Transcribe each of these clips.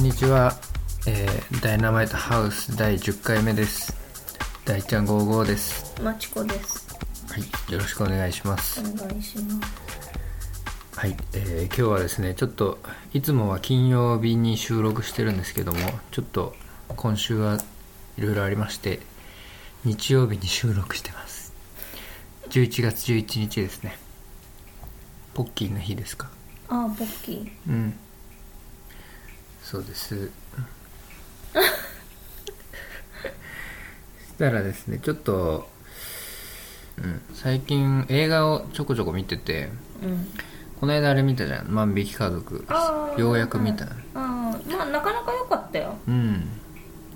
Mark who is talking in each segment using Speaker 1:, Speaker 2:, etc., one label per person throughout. Speaker 1: にちは、えーダイナマイトハウス第10回目です大ちゃん55です
Speaker 2: まちこです。
Speaker 1: はいよろしくお願いします
Speaker 2: お願いします。
Speaker 1: はい、えー今日はですねちょっといつもは金曜日に収録してるんですけどもちょっと今週はいろいろありまして日曜日に収録してます11月11日ですねポッキーの日ですか
Speaker 2: ああ、ポッキー。
Speaker 1: うんそうです そしたらですねちょっと、うん、最近映画をちょこちょこ見てて
Speaker 2: うん。
Speaker 1: この間あれ見たじゃん「万引き家族
Speaker 2: あ」ー
Speaker 1: ようやく見た、
Speaker 2: ああ、まあ、なかなか良かったよ。
Speaker 1: うん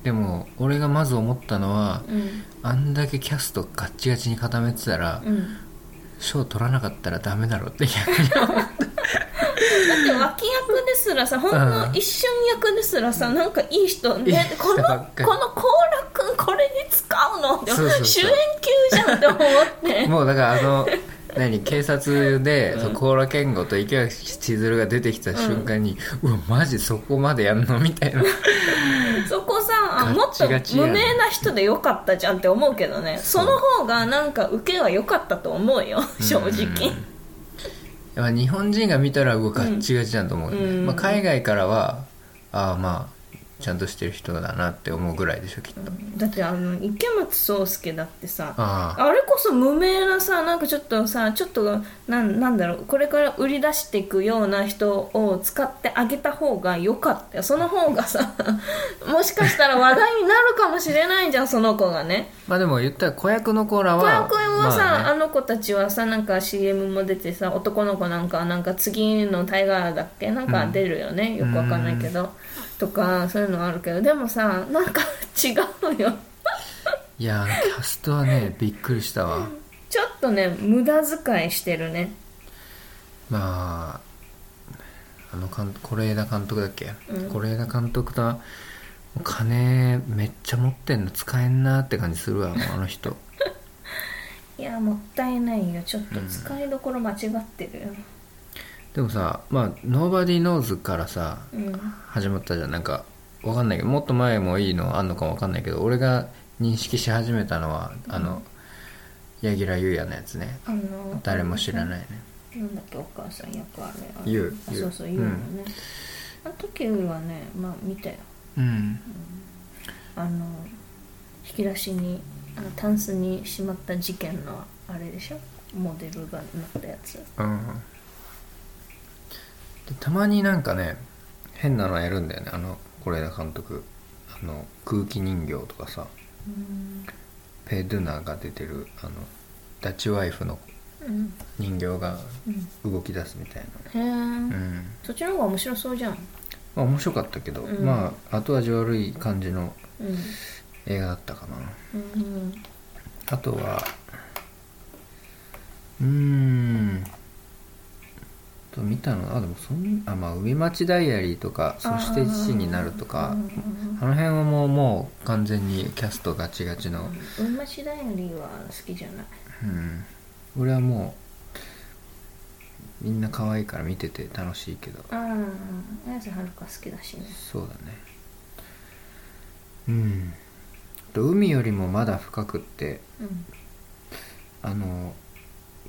Speaker 1: でも俺がまず思ったのは
Speaker 2: うん。
Speaker 1: あんだけキャストガッチガチに固めてたら
Speaker 2: うん。
Speaker 1: 賞取らなかったらダメだろって逆に
Speaker 2: だって脇役ですらさ、ほん
Speaker 1: う
Speaker 2: の
Speaker 1: ん
Speaker 2: 一瞬役ですらさ、なんかいい人
Speaker 1: いい
Speaker 2: ね。
Speaker 1: 人
Speaker 2: この、こ
Speaker 1: ば
Speaker 2: の
Speaker 1: っかり
Speaker 2: コーラ君これに使うのって
Speaker 1: そうそうそう
Speaker 2: 主演級じゃんって思って。
Speaker 1: もうだからあ の何警察でそう高良健吾と池脇千鶴が出てきた瞬間に、うわマジそこまでやんのみたいな
Speaker 2: そこさあ
Speaker 1: ガ
Speaker 2: も
Speaker 1: ッ
Speaker 2: っ
Speaker 1: チ
Speaker 2: と
Speaker 1: ガチや
Speaker 2: 無
Speaker 1: ん
Speaker 2: 名な人でよかったじゃんって思うけどね
Speaker 1: そ
Speaker 2: そうの方がなんか受けは良かったと思うよ 正直
Speaker 1: やっぱ日本人が見たらうわガッチガチだと思うよね、
Speaker 2: うん
Speaker 1: まあ、海外からはああまあちゃんとしてる人だなって思うぐらいでしょきっと、
Speaker 2: だってあの池松壮亮だってさ
Speaker 1: ああ
Speaker 2: あれこそ無名なさなんかちょっとさちょっとなんなんだろうこれから売り出していくような人を使ってあげた方が良かったよその方がさ もしかしたら話題になるかもしれないじゃんその子がね
Speaker 1: まあでも言ったら子役の子ら
Speaker 2: 子
Speaker 1: は
Speaker 2: 役はさ、
Speaker 1: ま
Speaker 2: あ
Speaker 1: あね
Speaker 2: の子たちはさなんか CM も出てさ男の子なんかはなんか次のタイガーだっけなんか出るよね、よくわかんないけどとかそういうのあるけどでもさなんか違うよ
Speaker 1: いやキャストはねびっくりしたわ
Speaker 2: ちょっとね無駄遣いしてるね
Speaker 1: まああの監是枝監督だっけ
Speaker 2: うん
Speaker 1: 是、枝監督と金めっちゃ持ってんの使えんなって感じするわもうあの人
Speaker 2: いやもったいないよちょっと使いどころ間違ってるよ、
Speaker 1: でもさまあ「Nobody Knows」からさ
Speaker 2: うん
Speaker 1: 始まったじゃんなんかわかんないけどもっと前もいいのあんのかもわかんないけど俺が認識し始めたのはあの柳楽優弥のやつね
Speaker 2: あの
Speaker 1: 誰も知らないね
Speaker 2: なんだっけお母さん役あれあ
Speaker 1: ゆう
Speaker 2: あ
Speaker 1: ゆう
Speaker 2: そうそうゆうのね、あの時ゆうはねまあ見たよ
Speaker 1: うん
Speaker 2: あの引き出しにあのタンスにしまった事件のあれでしょモデルがなったやつ
Speaker 1: うんでたまになんかね変なのやるんだよねあの是枝監督あの空気人形とかさ
Speaker 2: うん
Speaker 1: ペ・ドゥナーが出てるあのダチワイフの
Speaker 2: うん
Speaker 1: 人形が
Speaker 2: うん
Speaker 1: 動き出すみたい
Speaker 2: へえ、
Speaker 1: なうん、
Speaker 2: そっちの方が面白そうじゃん
Speaker 1: まあ、面白かったけど、
Speaker 2: うん
Speaker 1: まあ後味悪い感じの
Speaker 2: うん
Speaker 1: 映画だったかな
Speaker 2: うん
Speaker 1: あとはうーんと見たのあでもそんあまあ海町ダイアリーとかそして父になるとか
Speaker 2: うん
Speaker 1: あの辺はもうもう完全にキャストガチガチの、
Speaker 2: うんましダイアリーは好きじゃない
Speaker 1: うん、俺はもうみんな可愛いから見てて楽しいけど
Speaker 2: ああ綾瀬はるか好きだしね
Speaker 1: そうだねうんと海よりもまだ深くって
Speaker 2: うん
Speaker 1: あの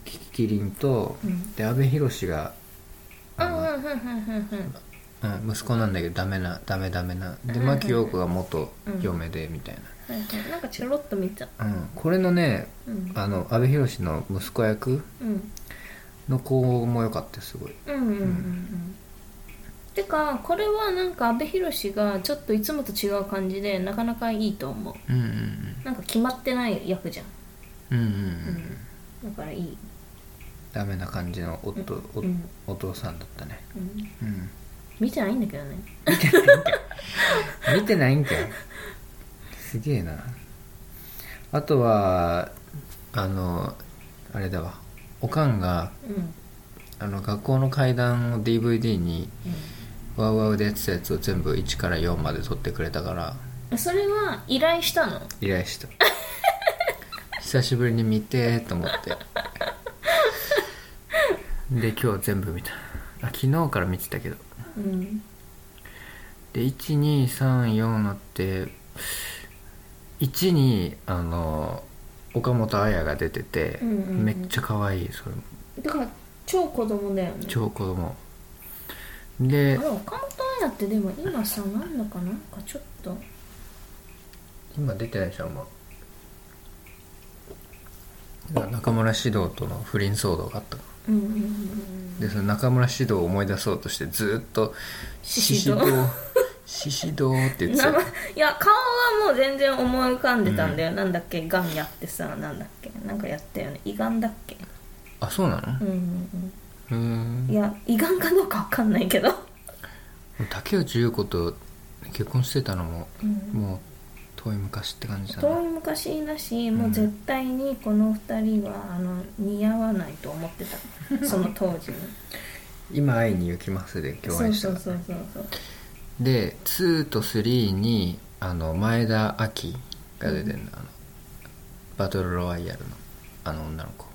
Speaker 1: キキキリンと、
Speaker 2: うん
Speaker 1: で阿部寛が
Speaker 2: う
Speaker 1: あ
Speaker 2: ん
Speaker 1: の
Speaker 2: うんうんうんう
Speaker 1: う
Speaker 2: ん
Speaker 1: ん息子なんだけどダメなダメダメなで
Speaker 2: うん
Speaker 1: 牧陽子が元嫁でみたい
Speaker 2: うんなんかちょろっと見た
Speaker 1: な、うん、これのね
Speaker 2: うん
Speaker 1: あの阿部寛の息子役
Speaker 2: うん
Speaker 1: の子も良かったよすごい
Speaker 2: うんうんうんうんてかこれはなんか阿部寛がちょっといつもと違う感じでなかなかいいと思
Speaker 1: うんうん
Speaker 2: うなんか決まってない役じゃ
Speaker 1: う
Speaker 2: ん、
Speaker 1: んうんうん
Speaker 2: う
Speaker 1: うん
Speaker 2: ん、だからいい、
Speaker 1: ダメな感じの夫、お
Speaker 2: うん
Speaker 1: お父さんだったね
Speaker 2: うん、
Speaker 1: うん
Speaker 2: 見てないんだけどね
Speaker 1: 見てないん かよすげえなあとはあのあれだわおかんが
Speaker 2: うん、うん
Speaker 1: あの学校の階段を DVD にワウワウでやってたやつを全部1から4まで撮ってくれたから
Speaker 2: それは依頼したの
Speaker 1: 依頼 した久しぶりに見てーと思ってで今日全部見たあ昨日から見てたけど
Speaker 2: うん
Speaker 1: で1234なって1にあの岡本綾が出てて、
Speaker 2: うんうんうん
Speaker 1: めっちゃ可愛いそれも
Speaker 2: だから超子供だよね
Speaker 1: 超子供
Speaker 2: あ
Speaker 1: で
Speaker 2: れ岡本彩ってでも今さなんだかなんかちょっと
Speaker 1: 今出てないでしょあんまだから中村獅童との不倫騒動があったの
Speaker 2: うんうんうんうん
Speaker 1: でその中村獅童を思い出そうとしてずーっと
Speaker 2: 獅子
Speaker 1: 獅
Speaker 2: 堂
Speaker 1: 子堂獅子堂って言って
Speaker 2: 名
Speaker 1: た
Speaker 2: 前いや顔はもう全然思い浮かんでたんだよ、なんだっけがんやってさなんだっけなんかやったよね胃がんだっけ
Speaker 1: あそうなの
Speaker 2: うんう
Speaker 1: うー
Speaker 2: ん
Speaker 1: ん
Speaker 2: うんいや胃がんかどうかわかんないけど
Speaker 1: 竹内優子と結婚してたのも、
Speaker 2: うん
Speaker 1: もう遠い昔って感じだな
Speaker 2: 遠い昔だしもう絶対にこの二人はあの似合わないと思ってたその当時に
Speaker 1: 今会いに行きますで 共
Speaker 2: そう
Speaker 1: 演した
Speaker 2: そ
Speaker 1: の
Speaker 2: うそうそうそう
Speaker 1: で2と3にあの前田亜紀が出てるの,、あのバトルロワイヤルのあの女の子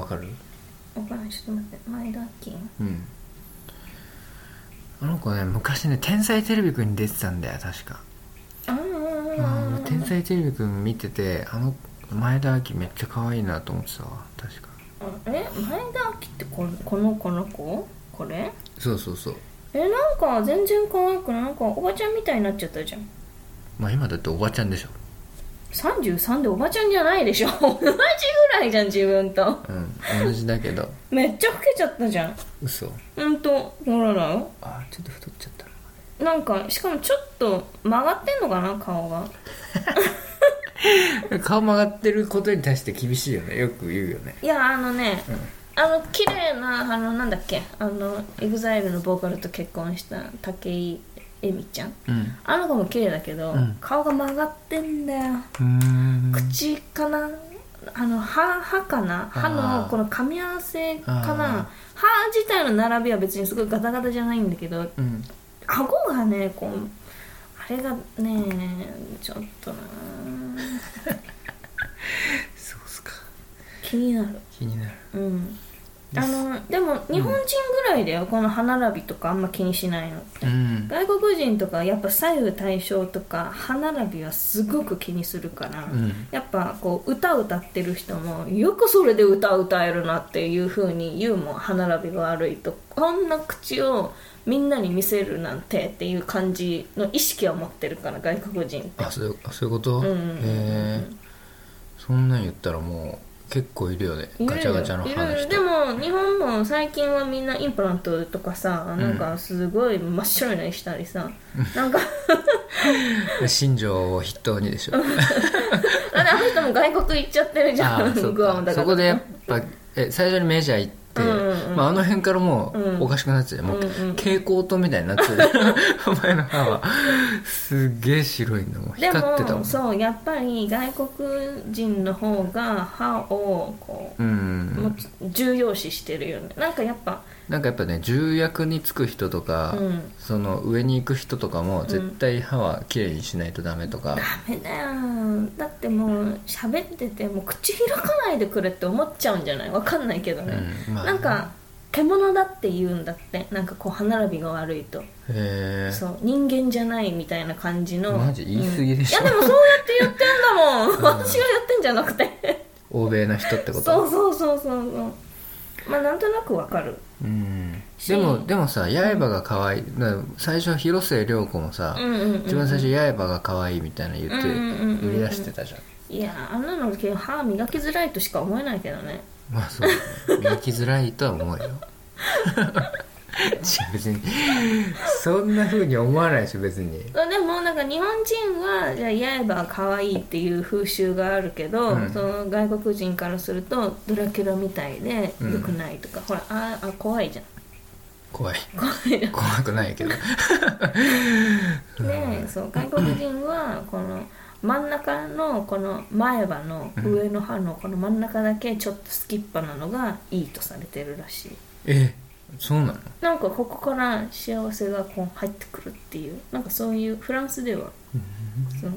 Speaker 1: わかる
Speaker 2: おばあちょっと待って前田金
Speaker 1: うんあの子ね昔ね「天才テレビくん」に出てたんだよ確か
Speaker 2: あ
Speaker 1: あ
Speaker 2: あ
Speaker 1: ー天才テレビくん見ててあの前田亜紀めっちゃ可愛いなと思ってたわ確か
Speaker 2: え前田亜紀ってここの子の子これ
Speaker 1: そうそうそう
Speaker 2: えなんか全然可愛くないなんかおばちゃんみたいになっちゃったじゃん
Speaker 1: まあ今だっておばちゃんでしょ
Speaker 2: 33でおばちゃんじゃないでしょ 同じぐらいじゃん自分と
Speaker 1: うん同じだけど
Speaker 2: めっちゃ老けちゃったじゃん
Speaker 1: 嘘
Speaker 2: ほんとほらだよ
Speaker 1: あちょっと太っちゃったな
Speaker 2: なんかしかもちょっと曲がってんのかな顔が
Speaker 1: 顔曲がってることに対して厳しいよねよく言うよね
Speaker 2: いやあのね、あの綺麗なあのなんだっけあのエグザイルのボーカルと結婚した武井絵美ちゃん
Speaker 1: うん
Speaker 2: あの子も綺麗だけど、
Speaker 1: うん
Speaker 2: 顔が曲がってんだよ
Speaker 1: うん
Speaker 2: 口かなあの歯歯かな歯のこの噛み合わせか
Speaker 1: あー
Speaker 2: な歯自体の並びは別にすごいガタガタじゃないんだけど
Speaker 1: うん
Speaker 2: 顎がねこうあれがねちょっとな
Speaker 1: そうっすか
Speaker 2: 気になる
Speaker 1: 気になる
Speaker 2: うん
Speaker 1: で
Speaker 2: あ
Speaker 1: す
Speaker 2: のでも日本人ぐらいだよ、この歯並びとかあんま気にしないの
Speaker 1: うん
Speaker 2: 外国人とかやっぱ左右対称とか歯並びはすごく気にするから、
Speaker 1: うん
Speaker 2: やっぱこう歌歌ってる人もよくそれで歌歌えるなっていう風に言うもん歯並びが悪いとこんな口をみんなに見せるなんてっていう感じの意識を持ってるから外国人って
Speaker 1: あそういうあそういうこと、
Speaker 2: うんうんうんうん
Speaker 1: えーそんなん言ったらもう結構いるよね
Speaker 2: いる
Speaker 1: ガチャガチャの
Speaker 2: い
Speaker 1: 歯の
Speaker 2: る
Speaker 1: 人
Speaker 2: でも日本も最近はみんなインプラントとかさなんかすごい真っ白いのにしたりさ、なんか
Speaker 1: 新庄を筆頭にでしょ
Speaker 2: あれあの人も外国行っちゃってるじゃ
Speaker 1: あ
Speaker 2: ん
Speaker 1: ーそっ
Speaker 2: グアム
Speaker 1: か
Speaker 2: だか
Speaker 1: そ
Speaker 2: ら
Speaker 1: こでやっぱえ最初にメジャー行って、
Speaker 2: うんうんうん
Speaker 1: まあ、あの辺からも
Speaker 2: うん
Speaker 1: うおかしくなってて、もうう蛍光灯みたいになって て、お前の歯はすっげえ白いんだもん
Speaker 2: で
Speaker 1: 光ってたも
Speaker 2: も
Speaker 1: ん
Speaker 2: そうやっぱり外国人の方が歯をこ
Speaker 1: う
Speaker 2: う、も
Speaker 1: ん
Speaker 2: う重要視してるよねなんかやっぱ
Speaker 1: なんかやっぱね重役につく人とか、
Speaker 2: うん
Speaker 1: その上に行く人とかも絶対歯はきれいにしないとダメとか
Speaker 2: ダ、メだよだってもう喋っててもう口開かないでくれって思っちゃうんじゃないわかんないけどね、
Speaker 1: うんまあ
Speaker 2: なんか獣だって言うんだってなんかこう歯並びが悪いと
Speaker 1: へえ
Speaker 2: そう人間じゃないみたいな感じの
Speaker 1: マジ言い過ぎでしょ
Speaker 2: うんいやでもそうやって言ってんだもん私がやってんじゃなくて
Speaker 1: 欧米の人ってこと
Speaker 2: そうそうそうそうそうまあなんとなくわかる
Speaker 1: うん
Speaker 2: し
Speaker 1: でもでもさ刃が可愛いだから最初広末涼子もさ、
Speaker 2: うんうんうんうん
Speaker 1: 一番最初刃が可愛いみたいなの言って
Speaker 2: うんうんうんうん
Speaker 1: 売り出してたじゃん,、
Speaker 2: いやあんなのけ歯磨きづらいとしか思えないけどね
Speaker 1: まあそう磨きづらいとは思うよ 違う別にそんな風に思わないでしょ別に
Speaker 2: でもなんか日本人はじゃあ刃は可愛いっていう風習があるけど、
Speaker 1: うん
Speaker 2: その外国人からするとドラキュラみたいで良くないとか、ほらああ怖いじゃん
Speaker 1: 怖い
Speaker 2: 怖いじゃん
Speaker 1: 怖くないけど
Speaker 2: でそう外国人はこの真ん中のこの前歯の上の歯のこの真ん中だけちょっとすきっ歯なのがいいとされてるらしい
Speaker 1: えそうなの
Speaker 2: なんかここから幸せがこう入ってくるっていうなんかそういうフランスではそう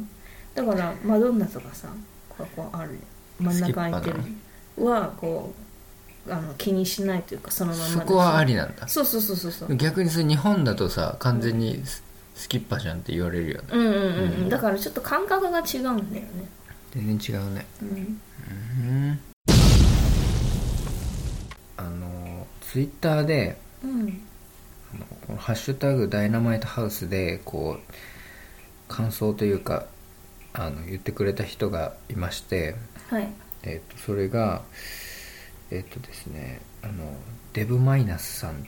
Speaker 2: だからマドンナとかさこうこうある真ん中空いてる
Speaker 1: スキッ
Speaker 2: はこうあの気にしないというかそのままで
Speaker 1: そこはありなんだ
Speaker 2: そうそうそうそうそう
Speaker 1: 逆にそれ日本だとさ完全にススキッパじゃんって言われるよね
Speaker 2: うんうんうん、うん、だからちょっと感覚が違うんだよね、
Speaker 1: 全然違うね
Speaker 2: うん、
Speaker 1: うんあのツイッターで
Speaker 2: うん
Speaker 1: このハッシュタグダイナマイトハウスでこう感想というかあの言ってくれた人がいまして、
Speaker 2: はい
Speaker 1: えっとそれがえっ、とですねあのデブマイナスさん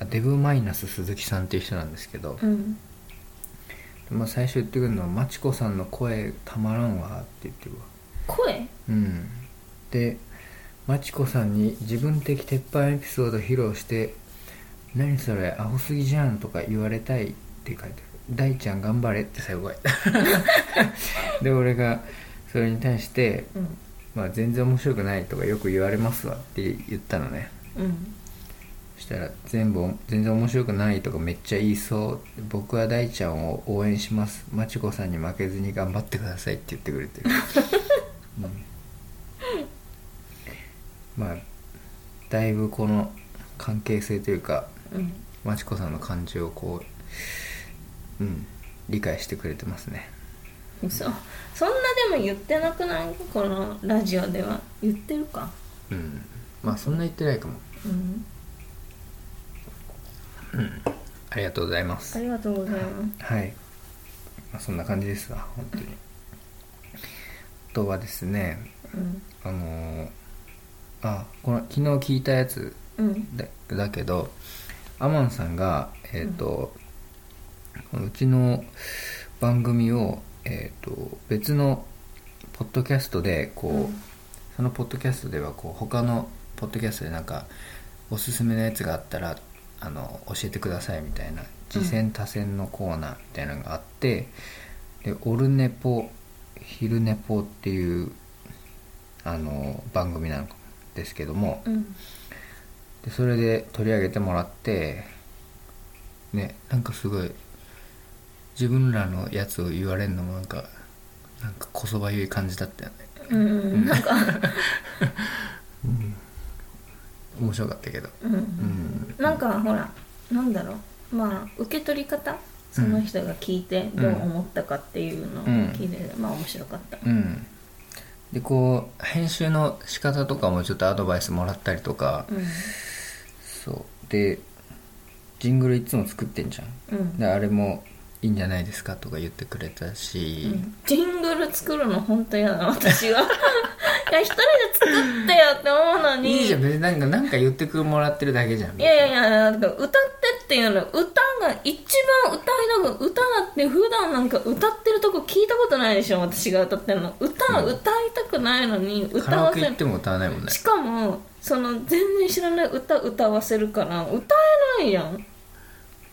Speaker 1: あデブマイナス鈴木さんっていう人なんですけど、
Speaker 2: うん
Speaker 1: まあ、最初言ってくるのは「まちこさんの声たまらんわ」って言ってるわ
Speaker 2: 声
Speaker 1: うんでまちこさんに自分的鉄板エピソード披露して「何それアホすぎじゃん」とか言われたいって書いてある「大ちゃん頑張れ」って最後書いてあるで俺がそれに対して
Speaker 2: うん
Speaker 1: まあ、全然面白くないとかよく言われますわって言ったのね
Speaker 2: うん
Speaker 1: そしたら全部全然面白くないとかめっちゃ言いそう僕は大ちゃんを応援しますまちこさんに負けずに頑張ってくださいって言ってくれてる、うんまあだいぶこの関係性というか
Speaker 2: うん
Speaker 1: まちこさんの感情をこううん理解してくれてますね
Speaker 2: そうそんなでも言ってなくないこのラジオでは言ってるか
Speaker 1: うんまあそんな言ってないかも
Speaker 2: うん
Speaker 1: ありがとうございます
Speaker 2: ありがとうございます
Speaker 1: はい、まあ、そんな感じですわ本当にあとはですね
Speaker 2: うん
Speaker 1: あのーあこの昨日聞いたやつ
Speaker 2: うん
Speaker 1: だだけどアマンさんがえっ、と、このうちの番組を、えー、と別のポッドキャストでこう、
Speaker 2: うん
Speaker 1: そのポッドキャストではこう他のポッドキャストでなんかおすすめのやつがあったらあの教えてくださいみたいな次戦多戦のコーナーみたいなのがあって、でオルネポ昼ネポっていうあの番組なんですけども
Speaker 2: うん
Speaker 1: でそれで取り上げてもらってねなんかすごい自分らのやつを言われるのもなんかなんかこそばゆい感じだったよね
Speaker 2: うんうんなんか
Speaker 1: 面白かったけど
Speaker 2: うん
Speaker 1: うん
Speaker 2: なんかほらなんだろうまあ受け取り方その人が聞いてどう思ったかっていうのを聞いて、まあ面白かった
Speaker 1: うんでこう編集の仕方とかもちょっとアドバイスもらったりとか、
Speaker 2: う
Speaker 1: そうでジングルいつも作ってんじゃん
Speaker 2: んうん
Speaker 1: であれもいいんじゃないですかとか言ってくれたし、
Speaker 2: ジングル作るの本当嫌だな私 がいや一人で作ってよって思うのに
Speaker 1: いいじゃん別になんかなんか言ってくもらってるだけじゃん
Speaker 2: いやいやいやだから歌ってっていうの歌が一番歌いながら歌だって普段なんか歌ってるとこ聞いたことないでしょ私が歌ってるの歌、
Speaker 1: うん
Speaker 2: 歌いたくないのに
Speaker 1: カ
Speaker 2: 歌
Speaker 1: ラオ
Speaker 2: わ
Speaker 1: ケ
Speaker 2: せ
Speaker 1: 行
Speaker 2: る
Speaker 1: っても歌わないもんね
Speaker 2: しかもその全然知らない歌歌わせるから歌えないやん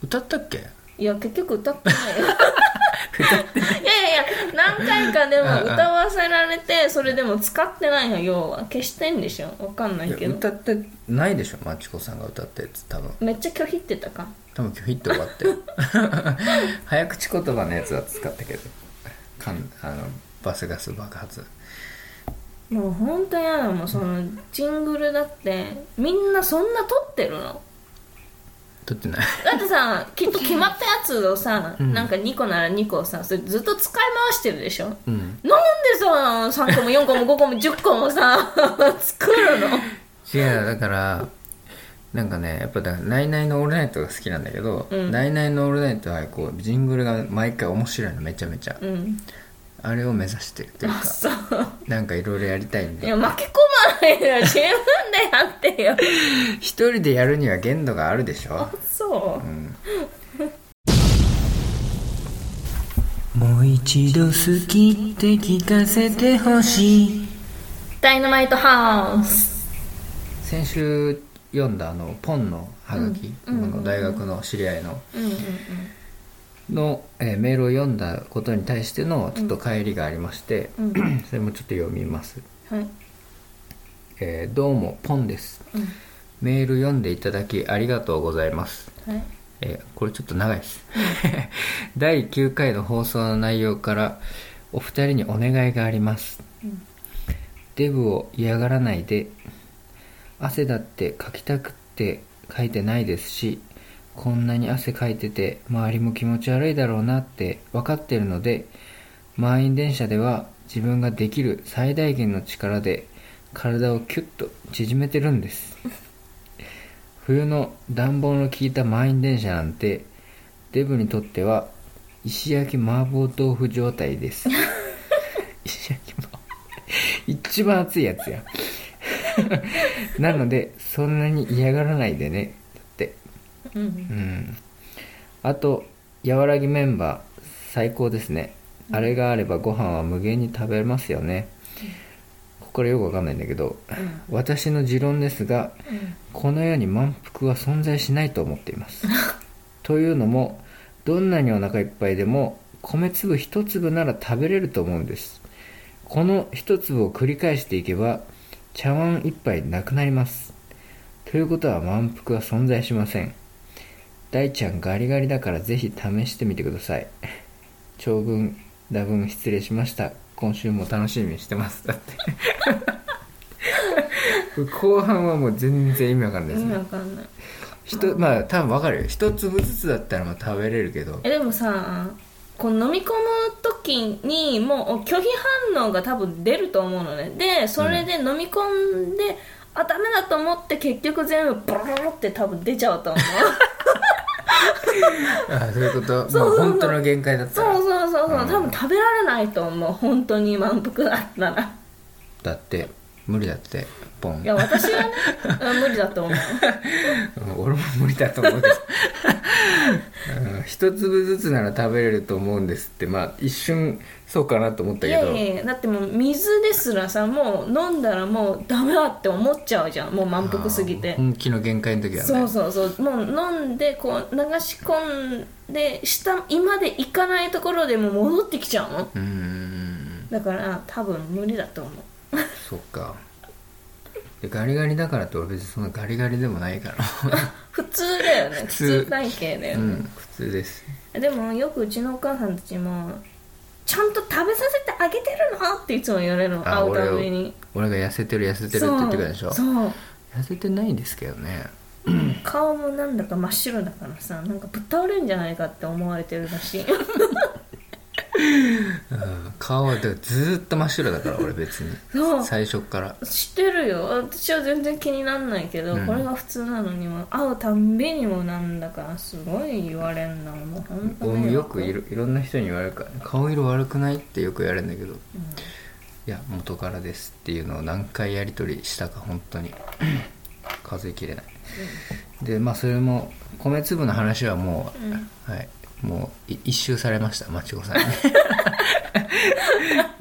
Speaker 1: 歌ったっけ
Speaker 2: いや結局歌ってないよ
Speaker 1: 歌って
Speaker 2: いやいやいや何回かで
Speaker 1: うんうん
Speaker 2: も歌わせられてそれでも使ってないの要は消してんでしょわかんないけど
Speaker 1: 歌ってないでしょマチコさんが歌ったやつ多分
Speaker 2: めっちゃ拒否ってたか
Speaker 1: 多分今日ヒット終わったよ 早口言葉のやつは使ったけどかんあのバスガス爆発
Speaker 2: もう本当嫌だもんそのジングルだってみんなそんな撮ってるの
Speaker 1: 撮ってない
Speaker 2: だって さきっと決まったやつをさ、
Speaker 1: うん
Speaker 2: なんか2個なら2個をさそれずっと使い回してるでしょ
Speaker 1: うん
Speaker 2: なんでさ3個も4個も5個も10個もさ 作るの
Speaker 1: 違うだからなんかねやっぱだから「ナイナイのオールナイト」が好きなんだけど「
Speaker 2: うん
Speaker 1: ナイナイのオールナイト」はこうジングルが毎回面白いのめちゃめちゃ、
Speaker 2: うん
Speaker 1: あれを目指してるというか
Speaker 2: あそう
Speaker 1: なんかいろいろやりたいん
Speaker 2: い
Speaker 1: で
Speaker 2: や巻き込まないでよ自分でやってよ
Speaker 1: 一人でやるには限度があるでしょ
Speaker 2: あそ
Speaker 1: うんもう一度好きって聞かせてほしいう
Speaker 2: ダイナマイトハウス
Speaker 1: 先週読んだあのポンのハガキ、
Speaker 2: うんうん
Speaker 1: この大学の知り合いの
Speaker 2: うんうん
Speaker 1: の、えーメールを読んだことに対してのちょっと帰りがありまして、
Speaker 2: うんうん
Speaker 1: それもちょっと読みます、
Speaker 2: はい
Speaker 1: えーどうもポンです
Speaker 2: うん
Speaker 1: メール読んでいただきありがとうございます
Speaker 2: はい
Speaker 1: えーこれちょっと長いです 第9回の放送の内容からお二人にお願いがあります、
Speaker 2: うん
Speaker 1: デブを嫌がらないで汗だってかきたくってかいてないですしこんなに汗かいてて周りも気持ち悪いだろうなって分かってるので満員電車では自分ができる最大限の力で体をキュッと縮めてるんです冬の暖房の効いた満員電車なんてデブにとっては石焼き麻婆豆腐状態です石焼き麻婆一番熱いやつや なのでそんなに嫌がらないでねだって
Speaker 2: うん
Speaker 1: うんあと和らぎメンバー最高ですねあれがあればご飯は無限に食べれますよねここからよくわかんないんだけど私の持論ですがこの世に満腹は存在しないと思っていますというのもどんなにお腹いっぱいでも米粒一粒なら食べれると思うんですこの一粒を繰り返していけば茶碗一杯なくなりますということは満腹は存在しません大ちゃんガリガリだからぜひ試してみてください長文打文失礼しました今週も楽しみにしてますだって後半はもう全然意味わかんないです
Speaker 2: 意味
Speaker 1: ね
Speaker 2: わかんない
Speaker 1: ひとまあ多分わかるよ一粒ずつだったらまあ食べれるけど
Speaker 2: えでもさこう飲み込む時にもう拒否反応が多分出ると思うのねでそれで飲み込んで、あダメだと思って結局全部ボロロロって多分出ちゃうと思う
Speaker 1: あそういうこと
Speaker 2: そうそうそう
Speaker 1: もう本当の限界だった
Speaker 2: そう
Speaker 1: ら
Speaker 2: そうそうそう、
Speaker 1: うん
Speaker 2: 多分食べられないと思う本当に満腹だったら
Speaker 1: だって無理だってポン
Speaker 2: いや私はねうん無理だと思う
Speaker 1: うん俺も無理だと思うけどうん一粒ずつなら食べれると思うんですってまあ一瞬そうかなと思った
Speaker 2: い
Speaker 1: け
Speaker 2: や
Speaker 1: ど
Speaker 2: いやいやだってもう水ですらさもう飲んだらもうダメだって思っちゃうじゃんもう満腹すぎ
Speaker 1: あー
Speaker 2: て
Speaker 1: 本気の限界の時はね
Speaker 2: そうそうそうもう飲んでこう流し込んで下胃まで行かないところでもう戻ってきちゃうの
Speaker 1: うーん
Speaker 2: だから多分無理だと思う
Speaker 1: そっかでガリガリだからって俺別にそんなガリガリでもないから
Speaker 2: 普通だ よね普
Speaker 1: 通
Speaker 2: 通体型だよ
Speaker 1: う
Speaker 2: ね、
Speaker 1: ん普通です
Speaker 2: でもよくうちのお母さんたちも「ちゃんと食べさせてあげてるの?」っていつも言われるの
Speaker 1: あ
Speaker 2: 会う
Speaker 1: 俺
Speaker 2: た
Speaker 1: を
Speaker 2: びに
Speaker 1: 俺が痩せてる痩せてるって言ってくるでしょ
Speaker 2: そうそう
Speaker 1: 痩せてないですけどね
Speaker 2: 顔もなんだか真っ白だからさなんかぶっ倒れるんじゃないかって思われてるらしい
Speaker 1: うん顔はだからずーっと真っ白だから俺別に
Speaker 2: そう
Speaker 1: 最初っから
Speaker 2: 知ってるよ私は全然気になんないけど、
Speaker 1: うん
Speaker 2: これが普通なのにも会うたんびにもなんだかすごい言われんなもう本当
Speaker 1: 俺
Speaker 2: に
Speaker 1: もよくいろいろんな人に言われるから顔色悪くないってよく言われるんだけどいや元からですっていうのを何回やり取りしたか本当に数えきれないでまあそれも米粒の話はもう、
Speaker 2: うん
Speaker 1: はいもうい一周されましたまちこ さんに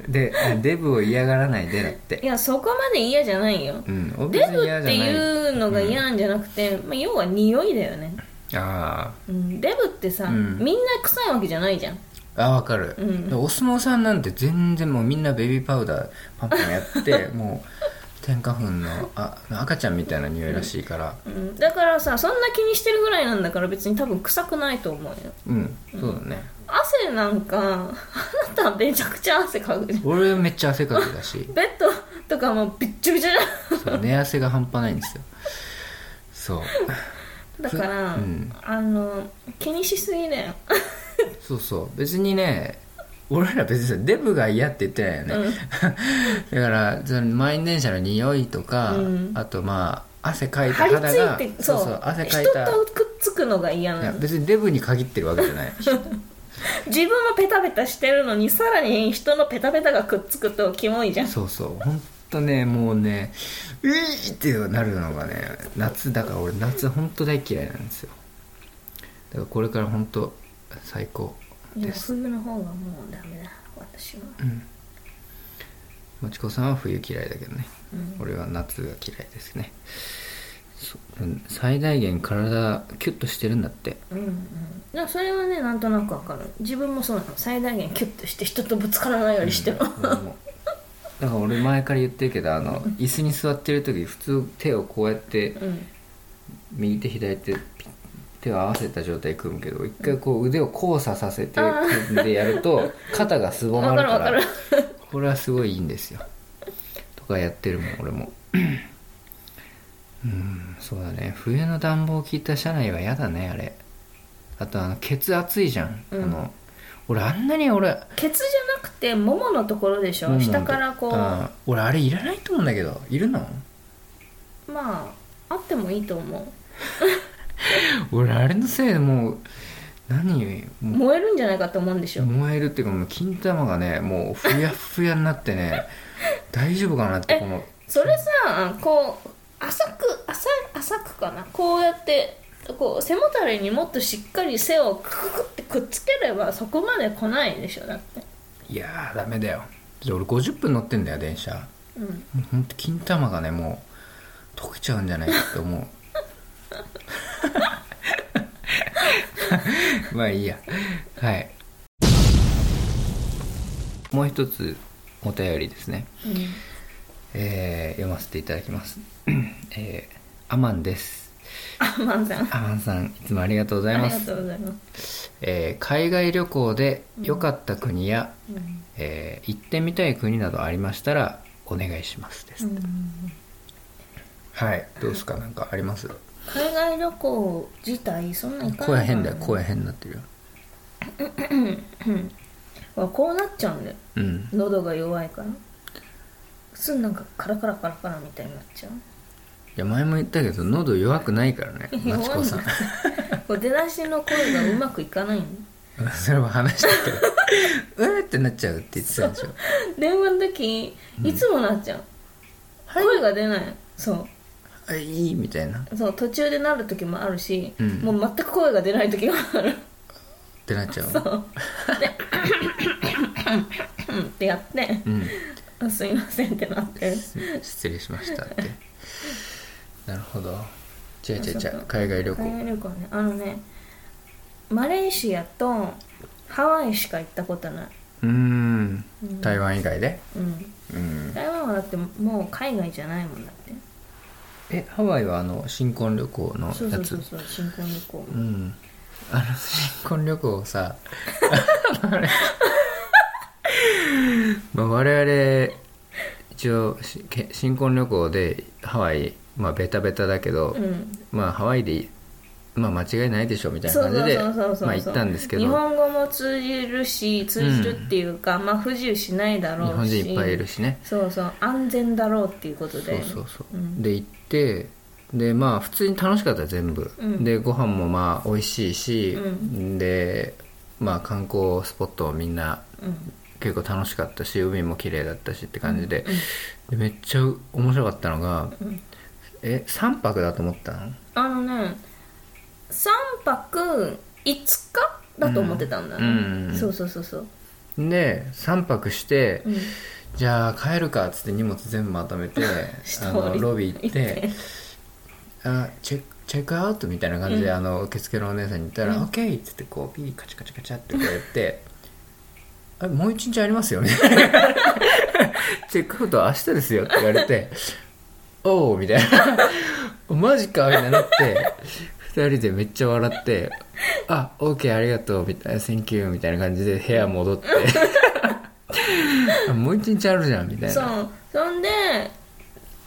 Speaker 1: であデブを嫌がらないでだっ
Speaker 2: い
Speaker 1: て
Speaker 2: やそこまで嫌じゃないよ
Speaker 1: うん俺
Speaker 2: デ
Speaker 1: 別
Speaker 2: ブ
Speaker 1: に嫌
Speaker 2: っ
Speaker 1: じゃ
Speaker 2: て
Speaker 1: ない
Speaker 2: いうのが嫌なんじゃなくて、まあ、要は匂いだよね、
Speaker 1: ああ
Speaker 2: うん、デブってさ、
Speaker 1: うん
Speaker 2: みんな臭いわけじゃないじゃん
Speaker 1: あわかる、
Speaker 2: うん
Speaker 1: お相撲さんなんて全然もうみんなベビーパウダーパンパンやって もう天花粉のあ赤ちゃんみたいな匂いらしいから
Speaker 2: うん、だからさそんな気にしてるぐらいなんだから別に多分臭くないと思うよ
Speaker 1: うん、そうだね
Speaker 2: 汗なんかあなためちゃくちゃ汗かくじゃん
Speaker 1: 俺はめっちゃ汗かきだし
Speaker 2: ベッドとかもびっちょびちょじゃ
Speaker 1: そう寝汗が半端ないんですよそうん
Speaker 2: だから、
Speaker 1: うん
Speaker 2: あの気にしすぎだよ
Speaker 1: そうそう別にね俺ら別にさデブが嫌って言ってないよね、
Speaker 2: うん
Speaker 1: だからその満員電車の匂いとか、
Speaker 2: うん
Speaker 1: あとまあ汗かいた
Speaker 2: 張り
Speaker 1: 肌
Speaker 2: 付
Speaker 1: が
Speaker 2: いてそう
Speaker 1: 汗かいた
Speaker 2: 人とくっつくのが嫌
Speaker 1: い
Speaker 2: な
Speaker 1: や
Speaker 2: の
Speaker 1: 別にデブに限ってるわけじゃない
Speaker 2: 自分もペタペタしてるのにさらに人のペタペタがくっつくとキモいじゃん
Speaker 1: そうそう本当ねもうねういってなるのがね夏だから俺夏本当大嫌いなんですよだからこれから本当最高
Speaker 2: いや
Speaker 1: です
Speaker 2: 冬の方がもうダメだ私は
Speaker 1: もちこさんは冬嫌いだけどね、
Speaker 2: うん
Speaker 1: 俺は夏が嫌いですねそううん最大限体キュッとしてるんだって
Speaker 2: うんうんでもそれはねなんとなくわかる自分もそうなの最大限キュッとして人とぶつからないようにしてる、
Speaker 1: うん俺もだから俺前から言ってるけどあの椅子に座ってる時普通手をこうやって、
Speaker 2: うん
Speaker 1: 右手左手ピッ手を合わせた状態で組むけど一回こう腕を交差させて組んでやると肩がすぼまるか
Speaker 2: わかる
Speaker 1: らこれはすごいいいんですよとかやってるもん俺もうんそうだね冬の暖房効いた車内は嫌だねあれあとあのケツ暑いじゃん、
Speaker 2: うん
Speaker 1: あの俺あんなに俺
Speaker 2: ケツじゃなくてもものところでしょ下からこう
Speaker 1: あー俺あれいらないと思うんだけどいる の
Speaker 2: まああってもいいと思
Speaker 1: 俺あれのせいでもう何
Speaker 2: う
Speaker 1: も
Speaker 2: 燃えるんじゃないかと思うんでし
Speaker 1: う
Speaker 2: ょ
Speaker 1: 燃えるっていうかもう金玉がねもうふやふやになってね 大丈夫かなってこの
Speaker 2: それさこう浅く浅浅くかなこうやってこう背もたれにもっとしっかり背をクククってくっつければそこまで来ないでしょだって
Speaker 1: いやーダメだよで俺50分乗ってんだよ電車
Speaker 2: うん
Speaker 1: もうほんと金玉がねもう溶けちゃうんじゃないかって思う まあいいやはいもう一つお便りですねえー読ませていただきます、えーアマンです
Speaker 2: あまんさんあ
Speaker 1: アマンさんいつもありがとうござい
Speaker 2: り
Speaker 1: ま
Speaker 2: が
Speaker 1: す
Speaker 2: とうございます、
Speaker 1: えー海外旅行で良かった国や、
Speaker 2: うん
Speaker 1: えー行ってみたい国などありましたらお願いしますです、はいどうですかなんかあります
Speaker 2: 海外旅行自体そんな行か
Speaker 1: 声
Speaker 2: ない
Speaker 1: 変だよ
Speaker 2: 声
Speaker 1: 声変になってるよ
Speaker 2: こうなっちゃうんだよ
Speaker 1: うん
Speaker 2: 喉が弱いから普通なんかカラカラカラカラみたいになっちゃう
Speaker 1: いや前も言ったけど喉弱くないからねマチコさん
Speaker 2: こう出だしの声がうまくいかないの
Speaker 1: それも話したけど うーってなっちゃうって言ってたでしょ
Speaker 2: 電話の時いつもなっちゃう、声が出ないそ
Speaker 1: あいいみたいなっ
Speaker 2: うそう途中でなる時もあるし、
Speaker 1: うん
Speaker 2: もう全く声が出ない時もある
Speaker 1: てなっちゃう
Speaker 2: そうでってやって
Speaker 1: うん
Speaker 2: あすいませんってなってる
Speaker 1: 失礼しましたってなるほど違う違う違
Speaker 2: そう
Speaker 1: う海外旅
Speaker 2: 海
Speaker 1: 行
Speaker 2: 外旅行ねあのねマレーシアとハワイしか行ったことないう
Speaker 1: ーん台湾以外で
Speaker 2: うん
Speaker 1: うん
Speaker 2: 台湾はだってもう海外じゃないもんだって
Speaker 1: えハワイはあの新婚旅行の
Speaker 2: そう
Speaker 1: や
Speaker 2: そうそ
Speaker 1: つ
Speaker 2: うそう新婚旅行
Speaker 1: うんあの新婚旅行をさ まあ我々一応しけ新婚旅行でハワイまあベタベタだけど、
Speaker 2: うん
Speaker 1: まあハワイでまあ間違いないでしょみたいな
Speaker 2: そ
Speaker 1: 感
Speaker 2: う
Speaker 1: じ
Speaker 2: そう
Speaker 1: で
Speaker 2: そうそうそう
Speaker 1: まあ行ったんですけど
Speaker 2: 日本語も通じるし通じるっていうか、まあ不自由しないだろうし
Speaker 1: 日本人いっぱいいるしね
Speaker 2: そうそう安全だろうっていうこと
Speaker 1: そ
Speaker 2: で
Speaker 1: うそうそう、
Speaker 2: ん
Speaker 1: で行ってでまあ普通に楽しかった全部、
Speaker 2: うん
Speaker 1: でご飯もまあ美味しいし、
Speaker 2: うん
Speaker 1: でまあ観光スポットをみんな
Speaker 2: うん
Speaker 1: 結構楽しかったし海も綺麗だったしって感じで,、でめっちゃ面白かったのが、
Speaker 2: ん
Speaker 1: え3泊だと思ったの
Speaker 2: あのね3泊5日だと思ってたんだね、
Speaker 1: うんうん
Speaker 2: そうそうそうそう、
Speaker 1: で3泊して、
Speaker 2: うん、
Speaker 1: じゃあ帰るかっつって荷物全部まとめてあ
Speaker 2: 下降
Speaker 1: の
Speaker 2: り
Speaker 1: ロビー行っ
Speaker 2: 行ってて
Speaker 1: あチェックチェックアウトみたいな感じで、あの受付のお姉さんに言ったら「オッケーっつってこうピーカチャカチャカチャってこうやって 「あもう一日ありますよ」みたいな「チェックアウトは明日ですよ」って言われて「おお」みたいな「マジか」みたいになって2人でめっちゃ笑って「あオッケーありがとう」みたいな「センキュー」みたいな感じで部屋戻 って「あもう一日あるじゃん」みたい
Speaker 2: そ
Speaker 1: な
Speaker 2: うそんで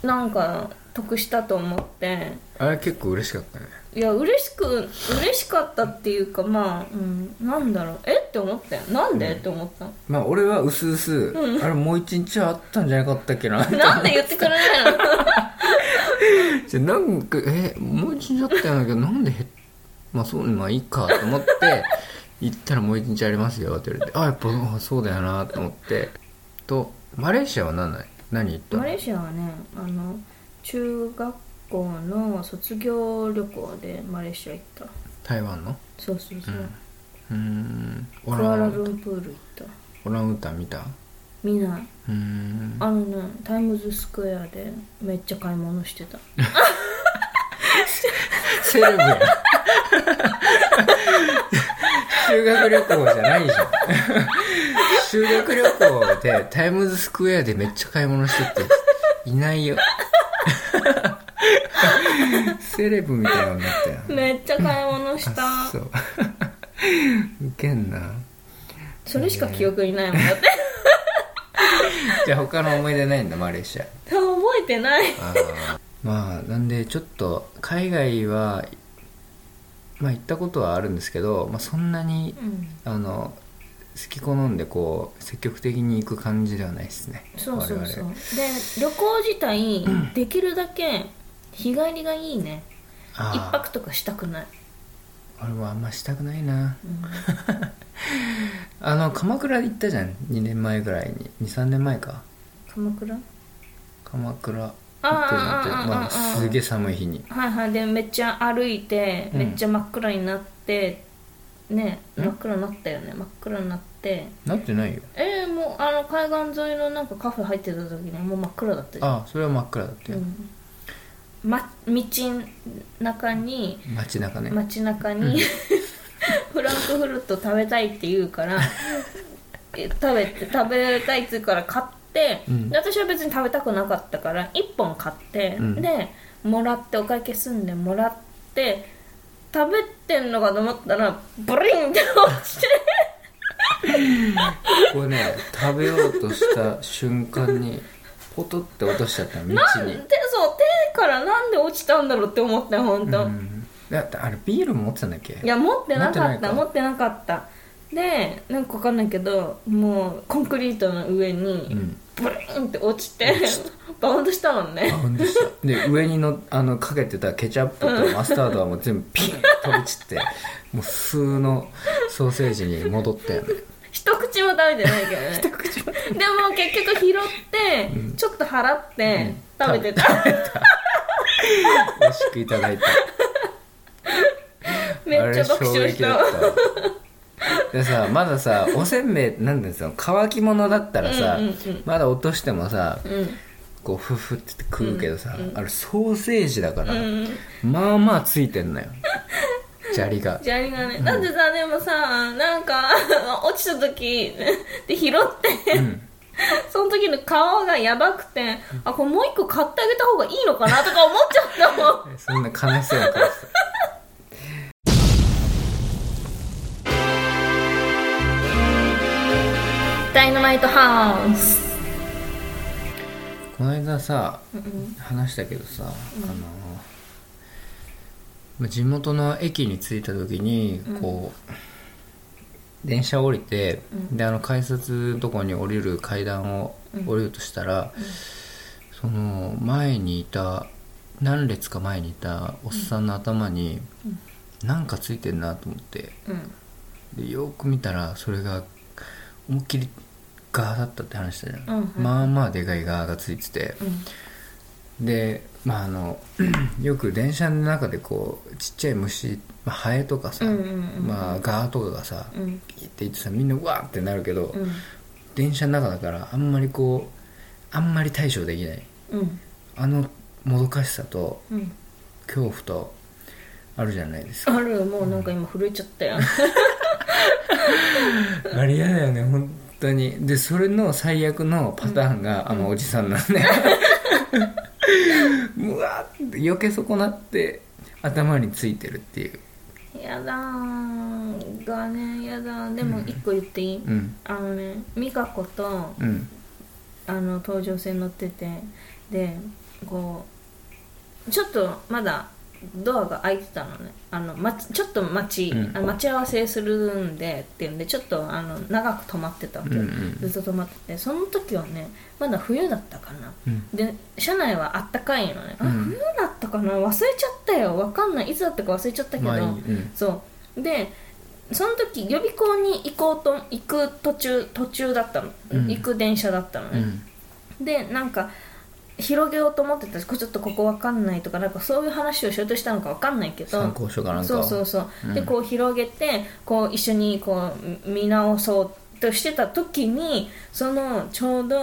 Speaker 2: なんか得したと思って
Speaker 1: あれ結構嬉しかったね
Speaker 2: いや嬉しく嬉しかったっていうかまあ、うん、なんだろうえって思ったよなんで、って思った
Speaker 1: まあ俺はうすうすあれもう一日はあったんじゃなかったっけな
Speaker 2: なんで言ってくれないの
Speaker 1: じゃあなんかえもう一日あったんだけどなんでへまあそうまあいいかと思って行ったらもう一日ありますよって言われてあやっぱあそうだよなと思ってとマレーシアは何ない何行ったの
Speaker 2: マレーシアはねあの中学校の卒業旅行でマレーシア行った
Speaker 1: 台湾の
Speaker 2: そうそうそう、
Speaker 1: うーんオ
Speaker 2: クア
Speaker 1: ラ
Speaker 2: ラ
Speaker 1: ン
Speaker 2: ルンプール行った
Speaker 1: オランウータン見たう
Speaker 2: 見ない
Speaker 1: ーん
Speaker 2: あのねタイムズスクエアでめっちゃ買い物してた
Speaker 1: セレブやん修学旅行じゃないじゃん修学旅行でタイムズスクエアでめっちゃ買い物してっていないよセレブみたいになったよ
Speaker 2: めっちゃ買い物した
Speaker 1: そうウケんな
Speaker 2: それしか記憶にないもんだって
Speaker 1: じゃあ他の思い出ないんだマレーシア
Speaker 2: 覚えてない
Speaker 1: あーまあなんでちょっと海外はまあ行ったことはあるんですけど、まあ、そんなに
Speaker 2: うん
Speaker 1: あの好き好んでこう積極的に行く感じではないですね
Speaker 2: そうそう
Speaker 1: 我
Speaker 2: そう
Speaker 1: 々
Speaker 2: で旅行自体できるだけ日帰りがいいね一
Speaker 1: あ
Speaker 2: 泊とかしたくない、
Speaker 1: あ俺もあんましたくないな
Speaker 2: うん
Speaker 1: あの鎌倉行ったじゃん2年前ぐらいに23年前か
Speaker 2: 鎌倉は
Speaker 1: 鎌倉行っ
Speaker 2: あー
Speaker 1: たじゃんって
Speaker 2: あー
Speaker 1: まあ
Speaker 2: あーあー
Speaker 1: すげえ寒い日に
Speaker 2: いはいでめっちゃ歩いて
Speaker 1: うん
Speaker 2: めっちゃ真っ暗になって、ね
Speaker 1: うん
Speaker 2: 真っ暗になったよね真っ暗になって
Speaker 1: なってないよ
Speaker 2: えー、もうあの海岸沿いのなんかカフェ入ってた時にはもう真っ暗だったじゃん
Speaker 1: ああそれは真っ暗だったよ、
Speaker 2: うんま、道中に
Speaker 1: 街中ね
Speaker 2: 街中に、 フランクフルト食べたいって言う からえ食べて食べたいって言うから買って、
Speaker 1: うん
Speaker 2: で私は別に食べたくなかったから1本買って、
Speaker 1: うん
Speaker 2: でもらってお会計済んでもらって食べてんのかと思ったらブリンって落ちて
Speaker 1: これね食べようとした瞬間にポトって落としちゃったの道
Speaker 2: で
Speaker 1: に
Speaker 2: そう手からなんで落ちたんだろうって思った本当、
Speaker 1: うんだってあれビール持ってたんだっけ
Speaker 2: いや持って
Speaker 1: 持っ
Speaker 2: なか
Speaker 1: てな
Speaker 2: っ
Speaker 1: い
Speaker 2: た
Speaker 1: か
Speaker 2: 持ってなかったでなんかわかんないけどもうコンクリートの上
Speaker 1: う
Speaker 2: に
Speaker 1: ん
Speaker 2: ブリーンって落ちてバウンドしたの
Speaker 1: あ
Speaker 2: ね
Speaker 1: ほんでしたで上にのあのかけてたケチャップとマスタードはもう全部ピンと飛び散ってもう数のソーセージに戻ったよね
Speaker 2: 一口も食べてないけどね一口もでも結局拾って、ちょっと払って、
Speaker 1: うん
Speaker 2: 食べてた
Speaker 1: 美味しくいただいた
Speaker 2: めっちゃ爆笑し
Speaker 1: あれ
Speaker 2: た
Speaker 1: 衝撃だったでさまださおせんべいなんですよ乾き物だったらさ、
Speaker 2: うんうんうん
Speaker 1: まだ落としてもさ
Speaker 2: う
Speaker 1: こうフフってって食うけどさ、あれソーセージだから、
Speaker 2: んうん
Speaker 1: まあまあついてんのよ砂利が
Speaker 2: 砂利がねだってさでもさなんか 落ちた時で拾って、その時の顔がやばくてあこれもう一個買ってあげた方がいいのかなとか思っちゃったもん
Speaker 1: そんな悲しそうな顔してた
Speaker 2: ダイナマイトハウス
Speaker 1: この間さ
Speaker 2: うん
Speaker 1: 話したけどさ、あのまあ地元の駅に着いた時にこう、電車降りて、であの改札のとこに降りる階段を降りるとしたら、その前にいた何列か前にいたおっさんの頭に、なんかついてんなと思って
Speaker 2: うん
Speaker 1: でよく見たらそれが思いっきりガーだったって話したじゃん、
Speaker 2: うんはい
Speaker 1: まあまあでかいガーがついてて、でまああの よく電車の中でこうちっちゃい虫、まあ、ハエとかさ、
Speaker 2: うんうんうんうん
Speaker 1: まあ、ガーとかがさ、
Speaker 2: うんうん
Speaker 1: ピーって言ってさみんなうわーってなるけど、
Speaker 2: うん
Speaker 1: 電車の中だからあんまりこうあんまり対処できない
Speaker 2: うん
Speaker 1: あのもどかしさと
Speaker 2: うん
Speaker 1: 恐怖とあるじゃないですか
Speaker 2: あるもうなんか今震えちゃったよ
Speaker 1: あれ嫌だよね本当にでそれの最悪のパターンが、あのおじさんなん でうわーって避け損なって頭についてるっていう
Speaker 2: やだーがねやだーでも一個言っていい、
Speaker 1: うん
Speaker 2: あのね美香子と
Speaker 1: うん
Speaker 2: あの東上線乗っててでこうちょっとまだドアが開いてたのねあの、ま、ちょっと待ち、
Speaker 1: うん
Speaker 2: あ待ち合わせするんでっていうんでちょっとあの長く止まってたわけ、
Speaker 1: うんうん
Speaker 2: ずっと止まっててその時はねまだ冬だったかな、
Speaker 1: うん
Speaker 2: で車内はあったかいのね、
Speaker 1: う
Speaker 2: あ
Speaker 1: ん
Speaker 2: 冬だったかな忘れちゃったよわかんないいつだったか忘れちゃったけど、
Speaker 1: まあいいうん
Speaker 2: そうでその時予備校に行こうと行く途中途中だったの、
Speaker 1: うん
Speaker 2: 行く電車だったの
Speaker 1: う
Speaker 2: ね、
Speaker 1: ん
Speaker 2: でなんか広げようと思ってたしこれちょっとここわかんないとかなんかそういう話をしようとしたのかわかんないけど
Speaker 1: 参考書かなんか
Speaker 2: そう
Speaker 1: を
Speaker 2: そうそう、
Speaker 1: うん
Speaker 2: でこう広げてこう一緒にこう見直そうとしてた時にそのちょうど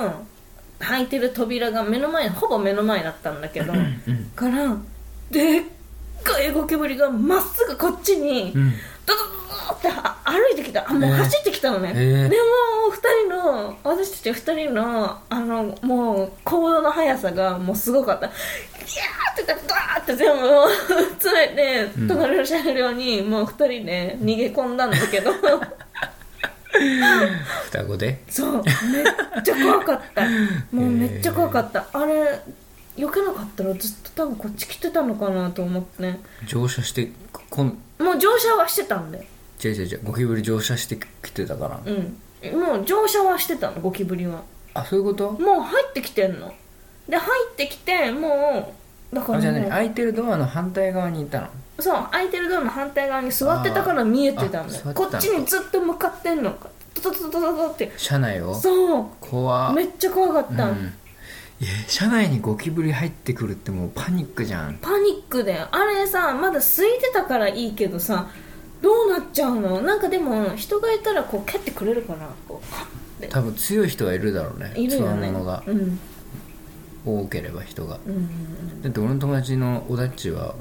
Speaker 2: 開いてる扉が目の前ほぼ目の前だったんだけど
Speaker 1: うん
Speaker 2: からでっかいゴキブリがまっすぐこっちに、
Speaker 1: うん
Speaker 2: ドドドドってあ歩いてきたあもう
Speaker 1: えー
Speaker 2: 走ってきたのね、
Speaker 1: えー
Speaker 2: でも二人の私たち二人のあのもう行動の速さがもうすごかったギャーって言ってガーって全部を詰めて
Speaker 1: ん
Speaker 2: 隣の車両にもう二人で逃げ込んだんだけど
Speaker 1: 双子で
Speaker 2: そうめっちゃ怖かったもうめっちゃ怖かった、あれ避けなかったらずっと多分こっち来てたのかなと思ってね
Speaker 1: 乗車してこん
Speaker 2: もう乗車はしてたんだよ
Speaker 1: 違う違う違うゴキブリ乗車してきてたから、
Speaker 2: うんもう乗車はしてたのゴキブリは
Speaker 1: あそういうこと
Speaker 2: もう入ってきてんので入ってきてもうだか
Speaker 1: あじゃ
Speaker 2: ら
Speaker 1: あ何
Speaker 2: も
Speaker 1: 開いてるドアの反対側にいたの
Speaker 2: うそう空いてるドアの反対側に座ってたから見えてた
Speaker 1: あ
Speaker 2: ん
Speaker 1: 座っ
Speaker 2: だ
Speaker 1: てたの
Speaker 2: よこっちにずっと向かってんのトトトトトトって
Speaker 1: 車内を
Speaker 2: そう
Speaker 1: 怖
Speaker 2: めっちゃ怖か
Speaker 1: う
Speaker 2: っ
Speaker 1: んい
Speaker 2: た、
Speaker 1: や車内にゴキブリ入ってくるってもうパニックじゃん
Speaker 2: パニックだよあれさまだ空いてたからいいけどさどうなっちゃうのなんかでも人がいたらこう蹴ってくれるかなこうハッて
Speaker 1: 多分強い人はいるだろうね
Speaker 2: いるよね
Speaker 1: 強者が
Speaker 2: うん
Speaker 1: 多ければ人が
Speaker 2: うん
Speaker 1: だって俺の友達のオダッチは、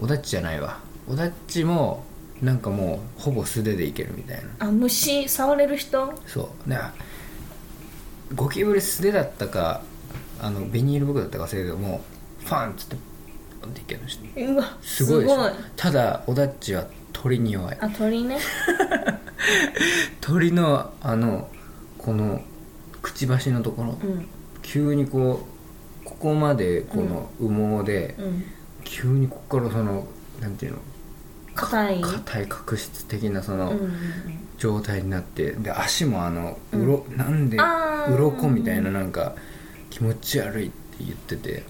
Speaker 1: オダッチじゃないわオダッチもなんかもうほぼ素手でいけるみたいな
Speaker 2: あ虫触れる人
Speaker 1: そうだからゴキブリ素手だったかあのビニール袋だったか忘れたけどもうファンっつってポンっていけるし
Speaker 2: うわ
Speaker 1: すごいでしょ
Speaker 2: すごい
Speaker 1: ただオダッチは鳥に弱い
Speaker 2: あ鳥ね
Speaker 1: 鳥のあのこのくちばしのところ、
Speaker 2: うん
Speaker 1: 急にこうここまでこの羽毛で、
Speaker 2: うん
Speaker 1: 急にここからそのなんていうの
Speaker 2: 硬い
Speaker 1: 硬い角質的なそ
Speaker 2: うんう
Speaker 1: の
Speaker 2: ん
Speaker 1: 状態になってで足もあの
Speaker 2: うん
Speaker 1: うろ、なんで
Speaker 2: あー
Speaker 1: 鱗みたいななんか気持ち悪いって言ってて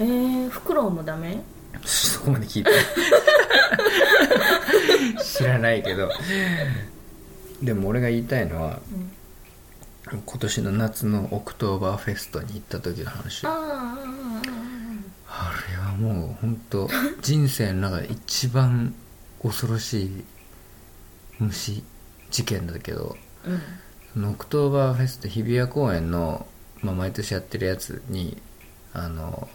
Speaker 2: えー、フクロウもダメ
Speaker 1: そこまで聞い て知らないけどでも俺が言いたいのは
Speaker 2: うん
Speaker 1: 今年の夏のオクトーバーフェストに行った時の話
Speaker 2: あー
Speaker 1: あ
Speaker 2: あー
Speaker 1: れはもう本当人生の中で一番恐ろしい虫事件だけど
Speaker 2: あーうん
Speaker 1: そのオクトーバーフェスト日比谷公園の、まあ、毎年やってるやつにあの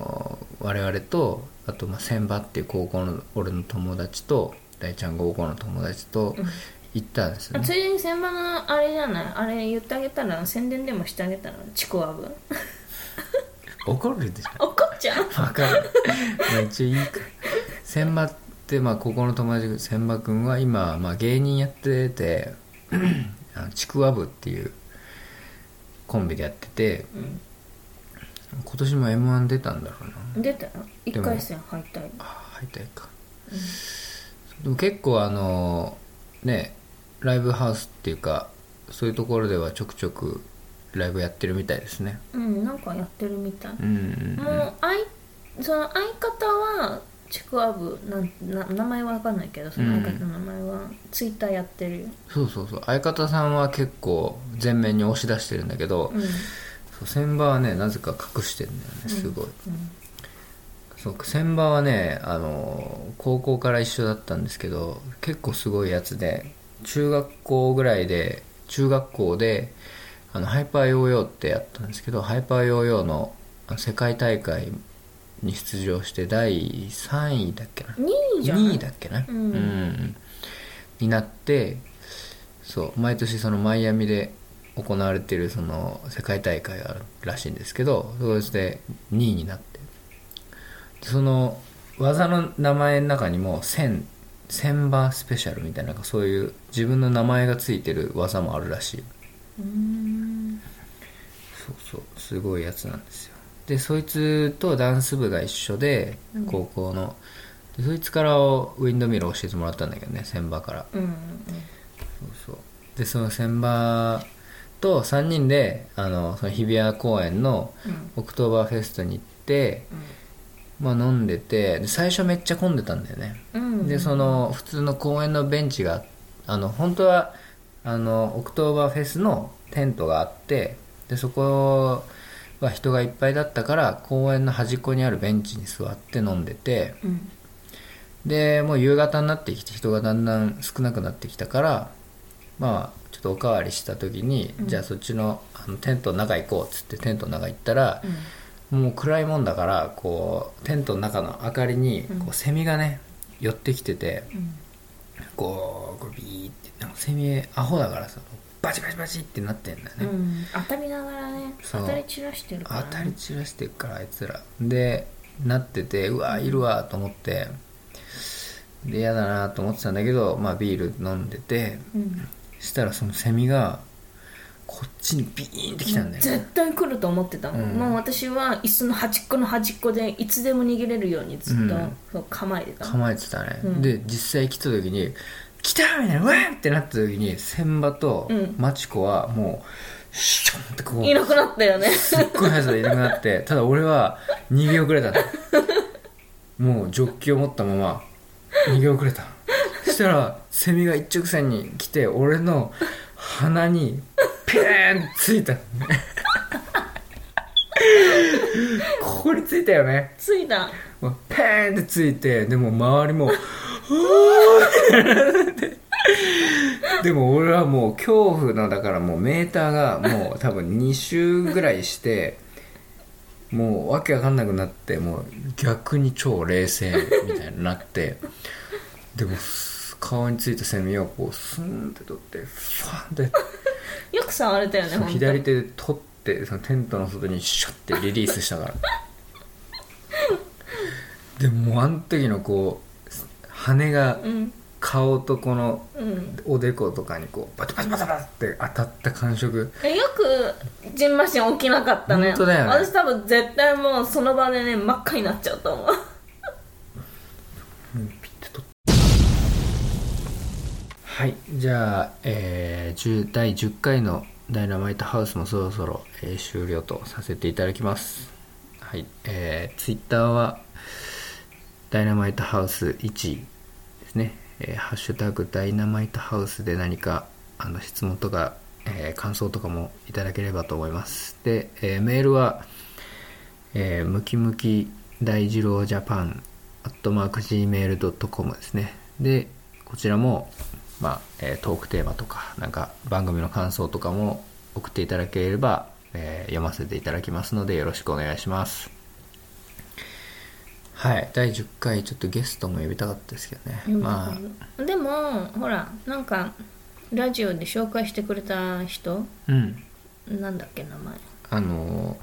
Speaker 1: 我々とあとまあ千葉っていう高校の俺の友達と大ちゃん高校の友達と
Speaker 2: うん
Speaker 1: 行ったんですよ
Speaker 2: あつ
Speaker 1: ね、
Speaker 2: いでに千葉のあれじゃないあれ言ってあげたら宣伝でもしてあげたらちくわぶ
Speaker 1: 怒るでしょ
Speaker 2: 怒っちゃう
Speaker 1: わかるまあ一応いいか千葉ってまあここの友達千葉君は今まあ芸人やってて あのちくわぶっていうコンビでやってて今年も m 1出たんだろうな
Speaker 2: 出たよ
Speaker 1: で
Speaker 2: 1
Speaker 1: も
Speaker 2: 回戦敗退
Speaker 1: ああ敗退か、でも結構あのねライブハウスっていうかそういうところではちょくちょくライブやってるみたいですね
Speaker 2: うんなんかやってるみたい、
Speaker 1: うんうん
Speaker 2: もうあいその相方はちくわぶなんな名前は分かんないけどその相方の名前は、ツイッターやってるよ、
Speaker 1: そうそうそう相方さんは結構前面に押し出してるんだけど、
Speaker 2: うん
Speaker 1: そう千葉はねなぜか隠してるんだよねすごい、そう千葉はねあの高校から一緒だったんですけど結構すごいやつで中学校ぐらいで中学校であのハイパーヨーヨーってやったんですけどハイパーヨーヨーのあの世界大会に出場して第3位だっけな
Speaker 2: うん、2位じゃん
Speaker 1: 2位だっけな、
Speaker 2: うん
Speaker 1: になってそう毎年そのマイアミで行われてるその世界大会があるらしいんですけどそこで2位になってその技の名前の中にも1000「千番スペシャル」みたいななんかそういう自分の名前がついてる技もあるらしいう
Speaker 2: ーん
Speaker 1: そうそうすごいやつなんですよでそいつとダンス部が一緒で
Speaker 2: うん
Speaker 1: 高校の、でそいつからウィンドミルを教えてもらったんだけどね千葉から
Speaker 2: うん
Speaker 1: そうそうでその千葉と3人であのその日比谷公園の
Speaker 2: うんうん
Speaker 1: オクトーバーフェストに行って、まあ、飲んでてで最初めっちゃ混んでたんだよね
Speaker 2: うんうん
Speaker 1: でその普通の公園のベンチがあの本当はあのオクトーバーフェスのテントがあってでそこは人がいっぱいだったから公園の端っこにあるベンチに座って飲んでて
Speaker 2: うん
Speaker 1: でもう夕方になってきて人がだんだん少なくなってきたからまあちょっとおかわりした時に、
Speaker 2: うん
Speaker 1: じゃあそっちのあのテントの中行こうっつってテントの中行ったら
Speaker 2: う、ん
Speaker 1: もう暗いもんだからこうテントの中の明かりにこ
Speaker 2: うん
Speaker 1: うセミがね寄ってきてて。
Speaker 2: うん
Speaker 1: こうこうビーってなんかセミアホだからさバチバチバチってなってんだよね、
Speaker 2: うん、当たりながらね
Speaker 1: そう
Speaker 2: 当たり散らしてるから
Speaker 1: 当
Speaker 2: ね
Speaker 1: たり散らしてるからあいつらでなっててうわいるわと思ってで嫌だなと思ってたんだけど、まあ、ビール飲んでて
Speaker 2: うん
Speaker 1: したらそのセミがここっちにビーンってきたんだよ、
Speaker 2: 絶対来ると思ってた、
Speaker 1: うん
Speaker 2: もう私は椅子の端っこの端っこでいつでも逃げれるようにずっと、
Speaker 1: うん
Speaker 2: そう構えてた
Speaker 1: 構えてたね、
Speaker 2: うん
Speaker 1: で実際来た時に「来た!」みたいな「うわーってなった時に千葉と
Speaker 2: うん
Speaker 1: マチコはもうシュンってこう
Speaker 2: いなくなったよね
Speaker 1: すっごい速さでいなくなってただ俺は逃げ遅れたのもうジョッキを持ったまま逃げ遅れたそしたらセミが一直線に来て俺の鼻にペーンついたのねここについたよね
Speaker 2: ついた
Speaker 1: もうペーンってついてでも周りも「うわーでも俺はもう恐怖のだからもうメーターがもう多分2周ぐらいしてもうわけわかんなくなってもう逆に超冷静みたいになってでも顔についたセミをこうスーンって取ってファンって
Speaker 2: よく触れたよね
Speaker 1: その
Speaker 2: 本当
Speaker 1: 左手で取ってそのテントの外にシュッてリリースしたからでもうあの時のこう羽が
Speaker 2: うん
Speaker 1: 顔とこの
Speaker 2: うん
Speaker 1: おでことかにこうバタバタバタバタって当たった感触
Speaker 2: えよくジンマシン起きなかったね
Speaker 1: 本当だよね
Speaker 2: 私多分絶対もうその場でね真っ赤になっちゃうと思う
Speaker 1: うんピッて取ってはいじゃあ、えー10第10回の「ダイナマイトハウス」もそろそろ、えー終了とさせていただきますはいえー、ツイッターはダイナマイトハウス1ですね、えーハッシュタグダイナマイトハウスで何かあの質問とか、えー感想とかもいただければと思いますで、えーメールは、えームキムキ大二郎ジャパンアットマーク Gmail.com ですねでこちらも、まあえートークテーマとかなんか番組の感想とかも送っていただければ、えー読ませていただきますのでよろしくお願いしますはい第10回ちょっとゲストも呼びたかったですけどねまあ
Speaker 2: でもほらなんかラジオで紹介してくれた人
Speaker 1: うん
Speaker 2: なんだっけ名前
Speaker 1: あのー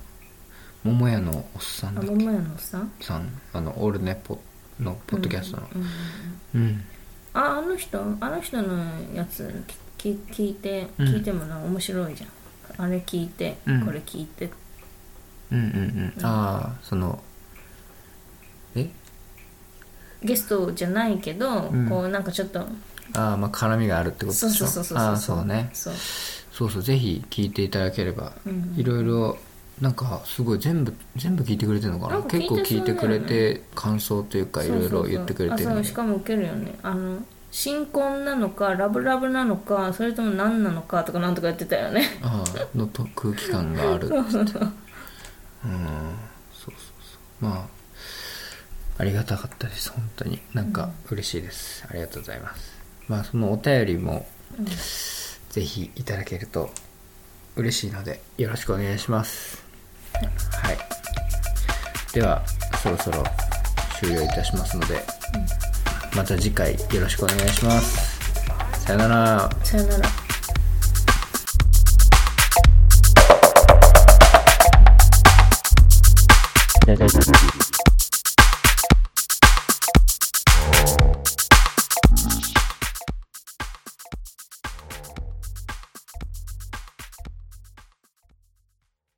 Speaker 1: 桃屋のおっさん
Speaker 2: あ
Speaker 1: だっ
Speaker 2: 桃屋のおっさん
Speaker 1: けさんあのオールネポのポッドキャストの
Speaker 2: うんうん
Speaker 1: うん
Speaker 2: ああの人あの人のやつきき聞いて
Speaker 1: うん
Speaker 2: 聞いてもな、面白いじゃんあれ聞いて、
Speaker 1: うん
Speaker 2: これ聞いて
Speaker 1: うんうんうんああそのえ
Speaker 2: ゲストじゃないけど、
Speaker 1: うん
Speaker 2: こうなんかちょっと
Speaker 1: ああまあ絡みがあるってことでし
Speaker 2: そ
Speaker 1: ょ
Speaker 2: うそうそうそう
Speaker 1: ああそうね
Speaker 2: そう
Speaker 1: そうそうぜひ聞いていただければ、
Speaker 2: うん
Speaker 1: いろいろなんかすごい全部全部聞いてくれてるのかな
Speaker 2: なんか聞い
Speaker 1: 結
Speaker 2: て
Speaker 1: 構聞いてくれ
Speaker 2: そうだ
Speaker 1: て感想というかい
Speaker 2: そう
Speaker 1: ろい
Speaker 2: そう
Speaker 1: ろ
Speaker 2: そう
Speaker 1: 言ってくれてる
Speaker 2: あそ
Speaker 1: の
Speaker 2: う
Speaker 1: で
Speaker 2: しかも受けるよねあの新婚なのかラブラブなのかそれとも何なのかとかなんとか言ってたよね
Speaker 1: ああのと空気感がある
Speaker 2: そうそうそ
Speaker 1: うんそうそ
Speaker 2: う
Speaker 1: うそうまあありがたかったです本当になんか嬉しいです、ありがとうございますまあそのお便りもぜひいただけると嬉しいのでよろしくお願いしますはいではそろそろ終了いたしますので、また次回よろしくお願いしますさよなら
Speaker 2: さよなら
Speaker 3: だだだだだ。